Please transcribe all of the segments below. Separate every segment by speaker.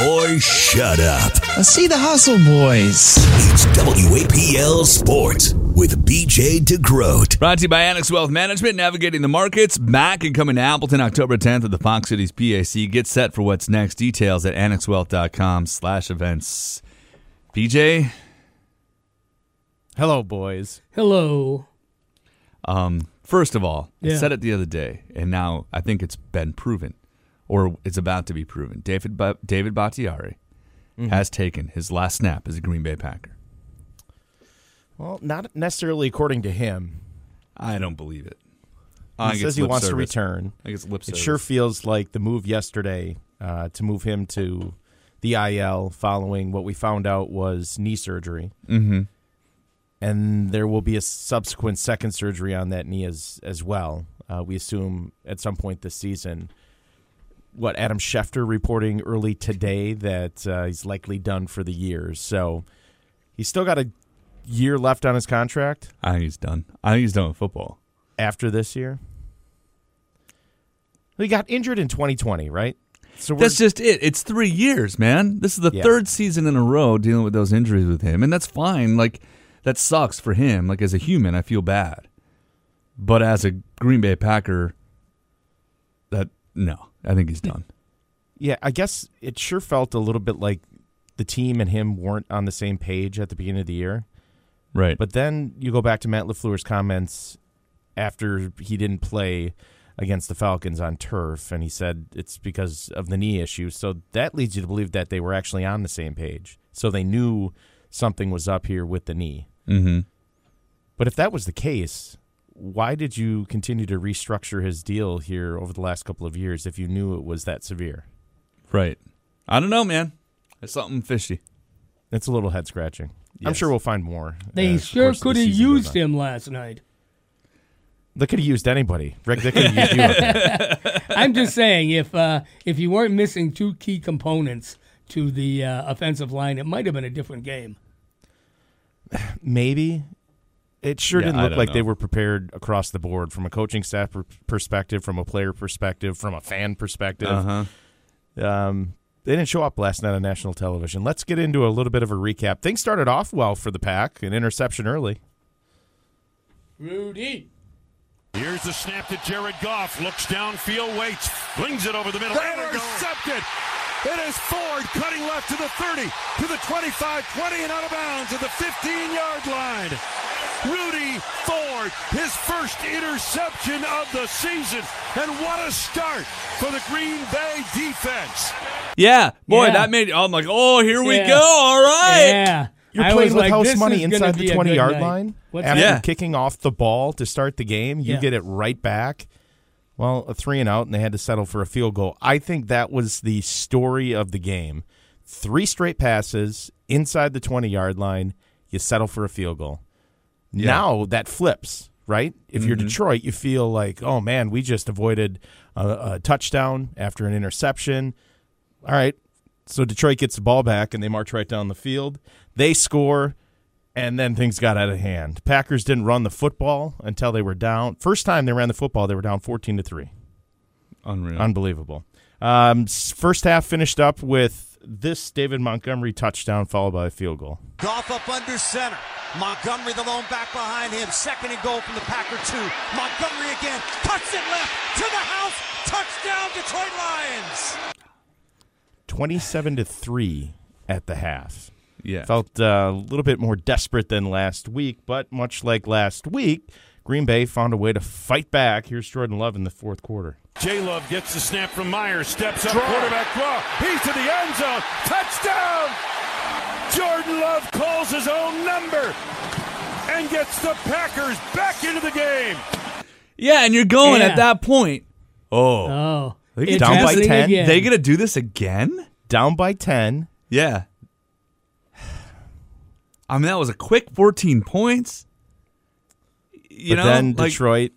Speaker 1: Or shut up.
Speaker 2: Let's see the hustle, boys.
Speaker 1: It's WAPL Sports with BJ DeGroat.
Speaker 3: Brought to you by Annex Wealth Management, navigating the markets. Back and coming to Appleton October 10th at the Fox Cities PAC. Get set for what's next. Details at annexwealth.com slash events. BJ,
Speaker 4: Hello, boys.
Speaker 5: Hello.
Speaker 3: um, first of all, I
Speaker 5: Yeah.
Speaker 3: said it the other day, and now I think it's been proven, or it's about to be proven. David, ba- David Battiari
Speaker 4: Mm-hmm.
Speaker 3: has taken his last snap as a Green Bay Packer.
Speaker 4: Well, not necessarily according to him.
Speaker 3: I don't believe it.
Speaker 4: He says he wants to return.
Speaker 3: I think it's lip
Speaker 4: It
Speaker 3: service.
Speaker 4: sure feels like the move yesterday uh, to move him to the IL following what we found out was knee surgery. Mm-hmm. And there will be a subsequent second surgery on that knee as, as well. Uh, we assume at some point this season. What Adam Schefter reporting early today that uh, he's likely done for the year. So he's still got a year left on his contract.
Speaker 3: I think he's done. I think he's done with football.
Speaker 4: after this year? He got injured in 2020, right? So we're,
Speaker 3: That's just it. It's three years, man. This is the
Speaker 4: Yeah.
Speaker 3: third season in a row dealing with those injuries with him, and that's fine. Like that sucks for him. Like as a human, I feel bad, but as a Green Bay Packer, that no, I think he's done.
Speaker 4: yeah, I guess it sure felt a little bit like the team and him weren't on the same page at the beginning of the year.
Speaker 3: Right, but
Speaker 4: But then you go back to Matt LaFleur's comments after he didn't play against the Falcons on turf, and he said it's because of the knee issue. So that leads you to believe that they were actually on the same page. So they knew something was up here with the knee.
Speaker 3: Mhm.
Speaker 4: But if that was the case, why did you continue to restructure his deal here over the last couple of years if you knew it was that severe?
Speaker 3: right. I don't know, man. It's something fishy.
Speaker 4: It's a little head scratching. I'm
Speaker 3: Yes.
Speaker 4: sure we'll find more.
Speaker 5: They
Speaker 4: uh, as the
Speaker 5: sure
Speaker 4: course of the
Speaker 5: could have
Speaker 4: season goes
Speaker 5: used
Speaker 4: on.
Speaker 5: him last night.
Speaker 4: They could have used anybody. Rick, they could have used you. up there.
Speaker 5: I'm just saying, if uh, if you weren't missing two key components to the uh, offensive line, it might have been a different game.
Speaker 4: maybe it sure
Speaker 3: Yeah,
Speaker 4: didn't
Speaker 3: I
Speaker 4: look
Speaker 3: don't
Speaker 4: like they
Speaker 3: know.
Speaker 4: were prepared across the board from a coaching staff per- perspective from a player perspective from a fan perspective
Speaker 3: Uh huh.
Speaker 4: um, they didn't show up last night on national television let's get into a little bit of a recap things started off well for the pack an interception early
Speaker 5: Rudy.
Speaker 6: Here's the snap to Jared Goff. Looks downfield, waits, flings it over the middle. Intercepted. It is Ford cutting left to the 30, to the 25, 20, and out of bounds at the 15 yard line. Rudy Ford, his first interception of the season. And what a start for the Green Bay defense.
Speaker 3: Yeah, boy,
Speaker 5: Yeah.
Speaker 3: that made. I'm like, oh, here we
Speaker 5: Yeah.
Speaker 3: go. All right.
Speaker 5: Yeah.
Speaker 4: you're
Speaker 5: I
Speaker 4: playing
Speaker 5: was
Speaker 4: with
Speaker 5: like, this
Speaker 4: house
Speaker 5: is
Speaker 4: money
Speaker 5: gonna
Speaker 4: inside
Speaker 5: be
Speaker 4: the
Speaker 5: a
Speaker 4: 20
Speaker 5: good
Speaker 4: yard
Speaker 5: night.
Speaker 4: line
Speaker 5: What's
Speaker 4: after
Speaker 3: that? Yeah.
Speaker 4: kicking off the ball to start the game you
Speaker 5: Yeah.
Speaker 4: get it right back well a three and out and they had to settle for a field goal i think that was the story of the game three straight passes inside the 20 yard line you settle for a field goal now that flips right if you're detroit you feel like oh man we just avoided a, a touchdown after an interception all right so detroit gets the ball back and they march right down the field they score and then things got out of hand packers didn't run the football until they were down first time they ran the football they were down 14 to 3
Speaker 3: Unreal.
Speaker 4: Unbelievable. Um, s- first half finished up with this David Montgomery touchdown followed by a field goal.
Speaker 7: Goff up under center. Montgomery the lone back behind him. Second and goal from the Packer two. Montgomery again. Cuts it left to the house. Touchdown Detroit Lions.
Speaker 4: 27 to 3 at the half.
Speaker 3: yeah.
Speaker 4: Felt uh, a little bit more desperate than last week, but much like last week, Green Bay found a way to fight back. Here's Jordan Love in the fourth quarter.
Speaker 6: J Love gets the snap from Myers, steps up, quarterback draw. He's to the end zone. Touchdown! Jordan Love calls his own number and gets the Packers back into the game.
Speaker 3: Yeah, and you're going
Speaker 5: Yeah.
Speaker 3: at that point. Oh,
Speaker 5: Oh.
Speaker 3: They
Speaker 4: get
Speaker 5: It's
Speaker 4: down by
Speaker 5: happening
Speaker 4: 10.
Speaker 5: again.
Speaker 3: they gonna do this again?
Speaker 4: Down by 10.
Speaker 3: Yeah. I mean, that was a quick 14 points. You
Speaker 4: but
Speaker 3: know,
Speaker 4: then
Speaker 3: like,
Speaker 4: Detroit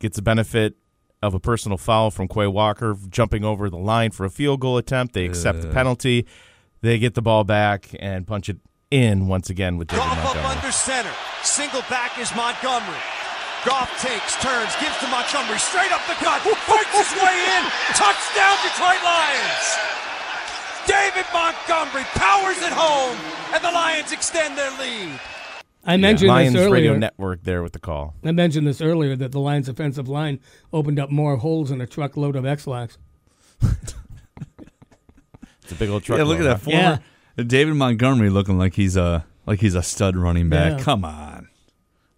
Speaker 4: gets the benefit of a personal foul from Quay Walker jumping over the line for a field goal attempt. They accept the penalty. They get the ball back and punch it in once again with David
Speaker 7: Goff up
Speaker 4: Montgomery.
Speaker 7: under center. Single back is Montgomery. Goff takes, turns, gives to Montgomery. Straight up the gut. Fights his way in. Touchdown, Detroit Lions. David Montgomery powers it home, and the Lions extend their lead.
Speaker 5: I mentioned
Speaker 4: Lions
Speaker 5: this earlier.
Speaker 4: Radio Network there with the call.
Speaker 5: I mentioned this earlier that the Lions' offensive line opened up more holes than a truckload of X-Lax.
Speaker 4: It's a big old truck.
Speaker 3: yeah, look at that former David Montgomery looking like he's a like he's a stud running back.
Speaker 5: Yeah.
Speaker 3: Come on,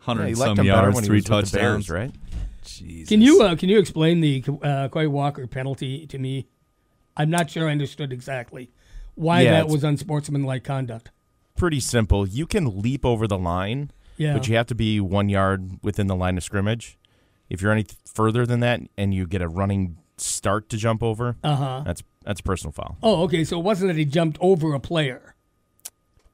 Speaker 3: hundred
Speaker 4: he
Speaker 3: and
Speaker 4: liked
Speaker 3: some
Speaker 4: them better
Speaker 3: yards,
Speaker 4: when he
Speaker 3: three
Speaker 4: was with the
Speaker 3: touchdowns,
Speaker 4: Bears, right?
Speaker 3: Jesus.
Speaker 5: Can you uh, can you explain the uh, Quay Walker penalty to me? I'm not sure I understood exactly why
Speaker 4: Yeah,
Speaker 5: that
Speaker 4: it's-
Speaker 5: was unsportsmanlike conduct.
Speaker 4: Pretty simple. You can leap over the line,
Speaker 5: Yeah.
Speaker 4: but you have to be one yard within the line of scrimmage. If you're any th- further than that, and you get a running start to jump over, uh-huh. that's that's a personal foul.
Speaker 5: Oh, okay. So it wasn't that he jumped over a player.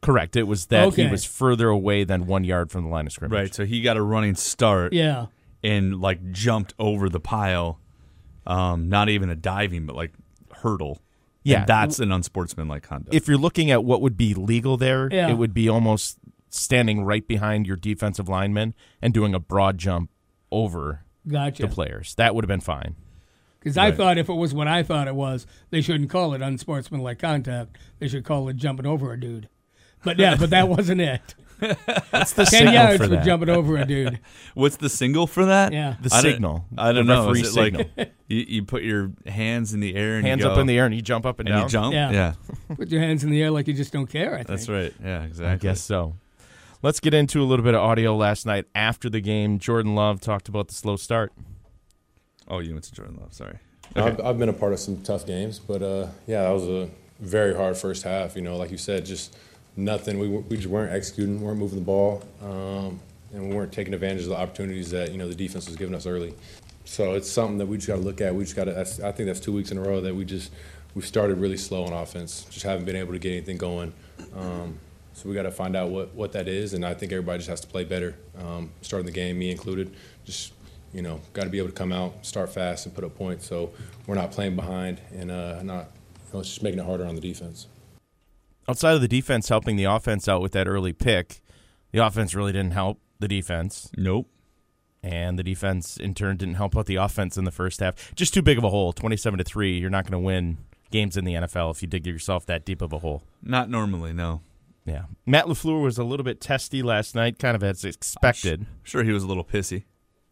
Speaker 4: Correct. It was that he
Speaker 5: Okay.
Speaker 4: was further away than one yard from the line of scrimmage.
Speaker 3: Right, so he got a running start
Speaker 5: Yeah.
Speaker 3: and like jumped over the pile. Um, not even a diving, but like hurdle. And
Speaker 4: Yeah.
Speaker 3: that's an unsportsmanlike conduct.
Speaker 4: If you're looking at what would be legal there,
Speaker 5: Yeah.
Speaker 4: it would be almost standing right behind your defensive lineman and doing a broad jump over
Speaker 5: Gotcha.
Speaker 4: the players. That would have been fine.
Speaker 5: Because I thought if it was what I thought it was, they shouldn't call it unsportsmanlike contact. They should call it jumping over a dude. But yeah, but that wasn't it.
Speaker 4: That's the
Speaker 5: Ten
Speaker 4: signal
Speaker 5: yards
Speaker 4: for
Speaker 5: for,
Speaker 4: that.
Speaker 5: jumping over a dude.
Speaker 3: What's the single for that?
Speaker 5: Yeah.
Speaker 4: The
Speaker 3: I don't-
Speaker 4: signal.
Speaker 3: I don't
Speaker 4: The
Speaker 3: know.
Speaker 4: referee
Speaker 3: Is it like you, you put your hands in the air and you
Speaker 4: Hands up
Speaker 3: go
Speaker 4: in the air and you jump up and,
Speaker 3: and
Speaker 4: down.
Speaker 3: you jump?
Speaker 5: Yeah. Put your hands in the air like you just don't care. I think.
Speaker 3: That's right. Yeah, exactly.
Speaker 4: I guess so. Let's get into a little bit of audio last night after the game. Jordan Love talked about the slow start.
Speaker 3: Oh, you went to Jordan Love. Sorry.
Speaker 8: I've, I've been a part of some tough games, but uh, yeah, that was a very hard first half. You know, like you said, just nothing. We, w- we just weren't executing, weren't moving the ball, um, and we weren't taking advantage of the opportunities that you know the defense was giving us early. So it's something that we just got to look at. We just got to. I think that's two weeks in a row that we just we've started really slow on offense. Just haven't been able to get anything going. Um, so we got to find out what, what that is, and I think everybody just has to play better, um, starting the game, me included. Just you know, got to be able to come out, start fast, and put up points. So we're not playing behind and uh, not, you know, it's just making it harder on the defense.
Speaker 4: outside of the defense helping the offense out with that early pick, the offense really didn't help the defense,
Speaker 3: Nope.
Speaker 4: and the defense in turn didn't help out the offense in the first half. Just too big of a hole, twenty-seven to three. You're not going to win games in the NFL if you dig yourself that deep of a hole.
Speaker 3: Not normally, no.
Speaker 4: Yeah, Matt Lafleur was a little bit testy last night, kind of as expected
Speaker 3: I'm sure he was a little pissy.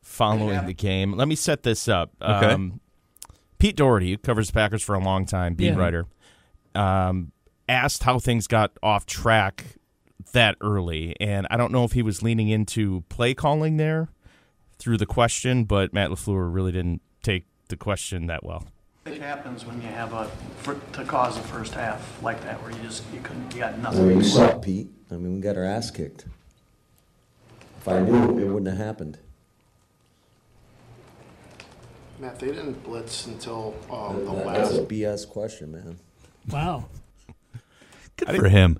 Speaker 4: following the game. Let me set this up. Um,
Speaker 3: Okay.
Speaker 4: Pete Doherty, who covers the Packers for a long time, beat
Speaker 5: Yeah.
Speaker 4: writer, um, asked how things got off track that early, and I don't know if he was leaning into play calling there through the question, but Matt Lafleur really didn't take the question that well.
Speaker 9: It happens when you have a for, to cause the first half like that, where you just you couldn't you got nothing. We saw Pete. I mean, we got our ass kicked. If I knew, it wouldn't have happened. Matt, they didn't blitz until um, the last. That's a BS question, man.
Speaker 5: Wow.
Speaker 3: Good for him.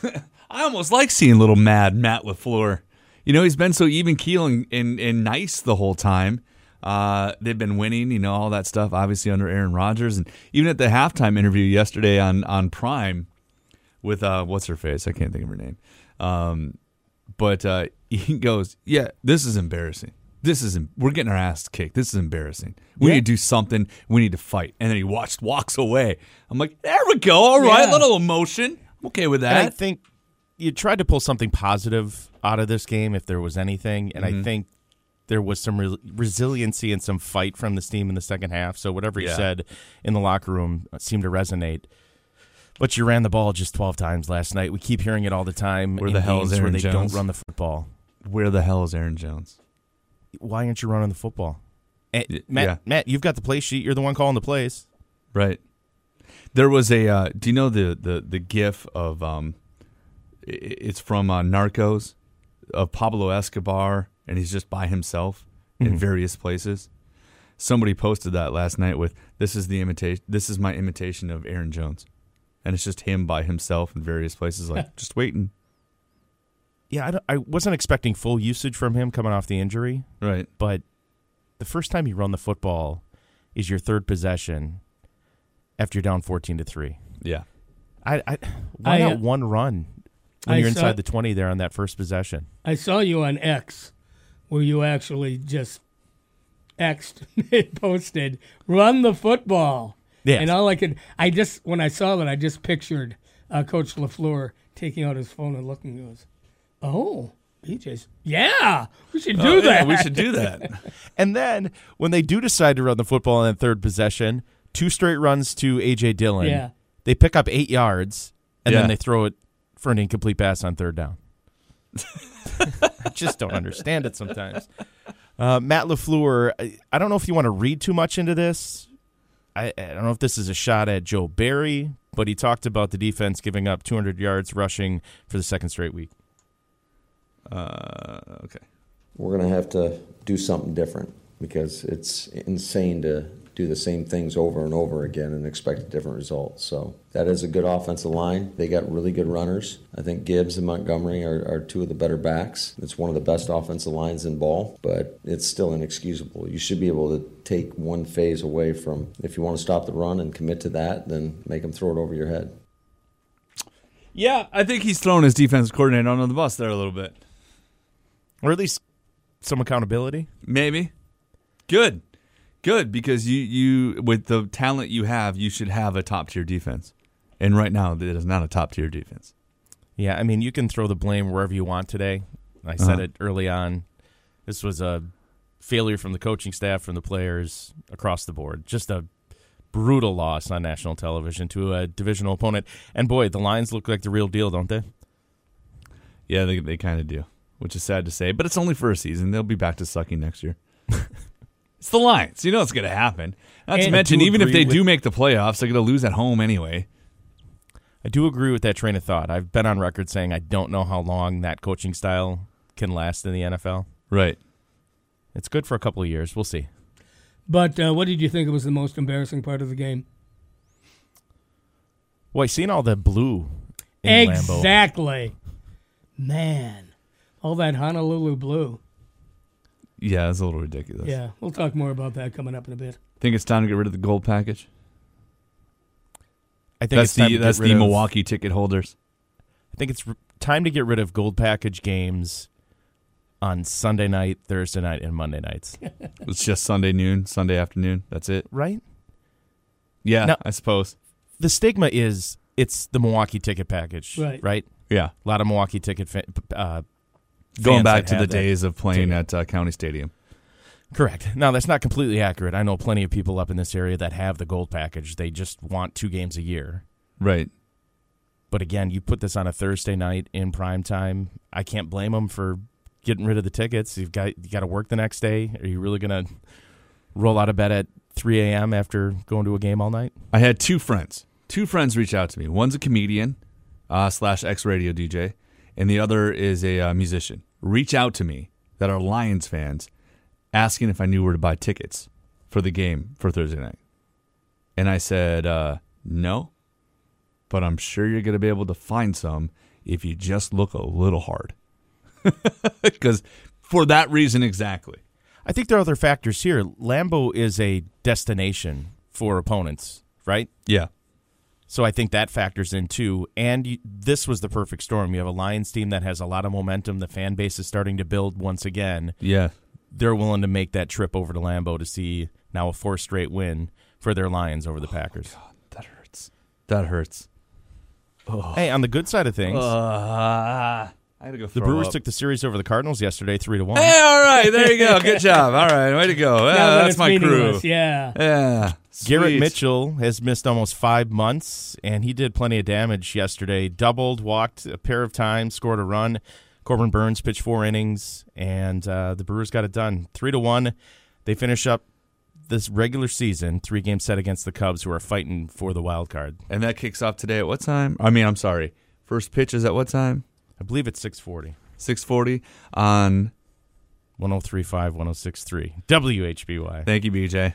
Speaker 3: I almost like seeing little mad Matt LaFleur. You know, he's been so even keel and, and, and nice the whole time. Uh, they've been winning, you know, all that stuff, obviously under Aaron Rodgers. And even at the halftime interview yesterday on, on Prime with, uh, what's her face? I can't think of her name. Um, but uh, he goes, "Yeah, this is embarrassing. This is we're getting our ass kicked. This is embarrassing. We need to do something. We need to fight." And then he watched walks away. I'm like, "There we go. All right,
Speaker 5: Yeah.
Speaker 3: little emotion. I'm okay with
Speaker 4: And I
Speaker 3: that."
Speaker 4: think you tried to pull something positive out of this game, if there was anything, and
Speaker 3: Mm-hmm.
Speaker 4: I think there was some re- resiliency and some fight from this team in the second half. So whatever he
Speaker 3: Yeah.
Speaker 4: said in the locker room uh, seemed to resonate. But you ran the ball just 12 times last night. We keep hearing it all the time.
Speaker 3: Where
Speaker 4: in
Speaker 3: the hell
Speaker 4: games
Speaker 3: is Aaron
Speaker 4: where they
Speaker 3: Jones?
Speaker 4: don't run the football?
Speaker 3: Where the hell is Aaron Jones?
Speaker 4: Why aren't you running the football? And
Speaker 3: Y-
Speaker 4: Matt,
Speaker 3: yeah.
Speaker 4: Matt, you've got the play sheet. You're the one calling the plays.
Speaker 3: Right. There was a. Uh, do you know the the the GIF of um, i- i- it's from uh, Narcos, of Pablo Escobar, and he's just by himself in various places. Somebody posted that last night with this is the imitation. This is my imitation of Aaron Jones, and it's just him by himself in various places, like just waiting,
Speaker 4: yeah, I, don't- I wasn't expecting full usage from him coming off the injury.
Speaker 3: Right.
Speaker 4: But the first time you run the football is your third possession after you're down 14 to 3.
Speaker 3: Yeah.
Speaker 4: I, I why
Speaker 5: I,
Speaker 4: not
Speaker 5: uh,
Speaker 4: one run when
Speaker 5: I
Speaker 4: you're
Speaker 5: saw-
Speaker 4: inside the 20 there on that first possession?
Speaker 5: I saw you on X, where you actually just Xed, it posted, run the football.
Speaker 4: Yes.
Speaker 5: And all I could, I just, when I saw that, I just pictured uh, Coach LaFleur taking out his phone and looking and goes, oh, BJ's, yeah, we should do
Speaker 4: Oh, yeah,
Speaker 5: that.
Speaker 4: we should do that. and then when they do decide to run the football on that third possession, two straight runs to AJ Dillon.
Speaker 5: Yeah.
Speaker 4: They pick up eight yards and
Speaker 3: Yeah.
Speaker 4: then they throw it for an incomplete pass on third down. I just don't understand it sometimes. Uh, Matt LaFleur, I, I don't know if you want to read too much into this. I, I don't know if this is a shot at Joe Barry, but he talked about the defense giving up 200 yards rushing for the second straight week.
Speaker 3: Uh, okay.
Speaker 10: we're going to have to do something different because it's insane to do the same things over and over again and expect a different result. So that is a good offensive line. They got really good runners. I think Gibbs and Montgomery are, are two of the better backs. It's one of the best offensive lines in ball, but it's still inexcusable. You should be able to take one phase away from if you want to stop the run and commit to that, then make them throw it over your head.
Speaker 3: Yeah, I think he's thrown his defense coordinator under the bus there a little bit.
Speaker 4: Or at least some accountability.
Speaker 3: Maybe. Good. Good because you you with the talent you have, you should have a top tier defense. And right now it is not a top tier defense.
Speaker 4: Yeah, I mean, you can throw the blame wherever you want today. I said
Speaker 3: Uh-huh.
Speaker 4: it early on. This was a failure from the coaching staff, from the players across the board. Just a brutal loss on national television to a divisional opponent. And boy, the Lions look like the real deal, don't they?
Speaker 3: Yeah, they they kind of do, which is sad to say, but it's only for a season. They'll be back to sucking next year. it's the Lions. You know it's going to happen. Not to
Speaker 4: And-
Speaker 3: mention
Speaker 4: I do
Speaker 3: even if
Speaker 4: agree
Speaker 3: they
Speaker 4: with-
Speaker 3: do make the playoffs, they're going to lose at home anyway.
Speaker 4: I do agree with that train of thought. I've been on record saying I don't know how long that coaching style can last in the NFL.
Speaker 3: Right.
Speaker 4: It's good for a couple of years. We'll see.
Speaker 5: But uh, what did you think was the most embarrassing part of the game?
Speaker 4: Well, I seen all the blue in Lambeau.
Speaker 5: exactly. Man, all that Honolulu blue.
Speaker 3: Yeah, it's a little ridiculous.
Speaker 5: Yeah, we'll talk more about that coming up in a bit.
Speaker 3: Think it's time to get rid of the gold package?
Speaker 4: I think
Speaker 3: that's
Speaker 4: it's time
Speaker 3: the
Speaker 4: to get
Speaker 3: that's
Speaker 4: rid
Speaker 3: the
Speaker 4: of-
Speaker 3: Milwaukee ticket holders.
Speaker 4: I think it's r- time to get rid of gold package games on Sunday night, Thursday night, and Monday nights.
Speaker 3: It's just Sunday noon, Sunday afternoon. That's it.
Speaker 4: Right?
Speaker 3: Yeah,
Speaker 4: No.
Speaker 3: I suppose.
Speaker 4: The stigma is it's the Milwaukee ticket package,
Speaker 5: Right.
Speaker 4: Right?
Speaker 3: Yeah.
Speaker 4: A lot of Milwaukee ticket fa- p- uh,
Speaker 3: Going
Speaker 4: fans
Speaker 3: back
Speaker 4: that
Speaker 3: to the
Speaker 4: have that
Speaker 3: days of playing at
Speaker 4: ticket.
Speaker 3: uh, County Stadium.
Speaker 4: Correct. Now that's not completely accurate. I know plenty of people up in this area that have the gold package. They just want two games a year.
Speaker 3: Right.
Speaker 4: But again, you put this on a Thursday night in prime time. I can't blame them for getting rid of the tickets. You've got you got to work the next day. Are you really gonna roll out of bed at 3 a.m. after going to a game all night?
Speaker 3: I had two friends. Two friends reach out to me. One's a comedian uh, slash ex radio DJ, and the other is a uh, musician. Reach out to me that are Lions fans, asking if I knew where to buy tickets for the game for Thursday night. And I said, uh, no, but I'm sure you're going to be able to find some if you just look a little hard. Because for that reason exactly.
Speaker 4: I think there are other factors here. Lambeau is a destination for opponents, right?
Speaker 3: Yeah.
Speaker 4: So I think that factors in too. And you, this was the perfect storm. You have a Lions team that has a lot of momentum. The fan base is starting to build once again.
Speaker 3: Yeah.
Speaker 4: They're willing to make that trip over to Lambeau to see now a four straight win for their Lions over the
Speaker 3: Oh,
Speaker 4: Packers.
Speaker 3: That hurts. That hurts.
Speaker 4: Hey, on the good side of things,
Speaker 3: Ah, Uh, I had to go.
Speaker 4: the
Speaker 3: throw
Speaker 4: Brewers
Speaker 3: up.
Speaker 4: took the series over the Cardinals yesterday, three to one.
Speaker 3: Hey, all right, there you go. Good job. All right, way to go.
Speaker 4: Uh,
Speaker 3: Yeah,
Speaker 5: Now that
Speaker 3: that's
Speaker 5: it's
Speaker 3: my crew.
Speaker 5: meaningless, yeah.
Speaker 3: Yeah.
Speaker 4: Garrett
Speaker 3: Sweet.
Speaker 4: Mitchell has missed almost five months, and he did plenty of damage yesterday. Doubled, walked a pair of times, scored a run. Corbin Burns pitched four innings, and uh, the Brewers got it done. Three to one. They finish up this regular season, three game set against the Cubs, who are fighting for the wild card.
Speaker 3: And that kicks off today at what time? I mean, I'm sorry. First pitch is at what time?
Speaker 4: I believe it's 640.
Speaker 3: 6:40 on.
Speaker 4: 1035, 1063. WHBY.
Speaker 3: Thank you, BJ.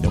Speaker 11: No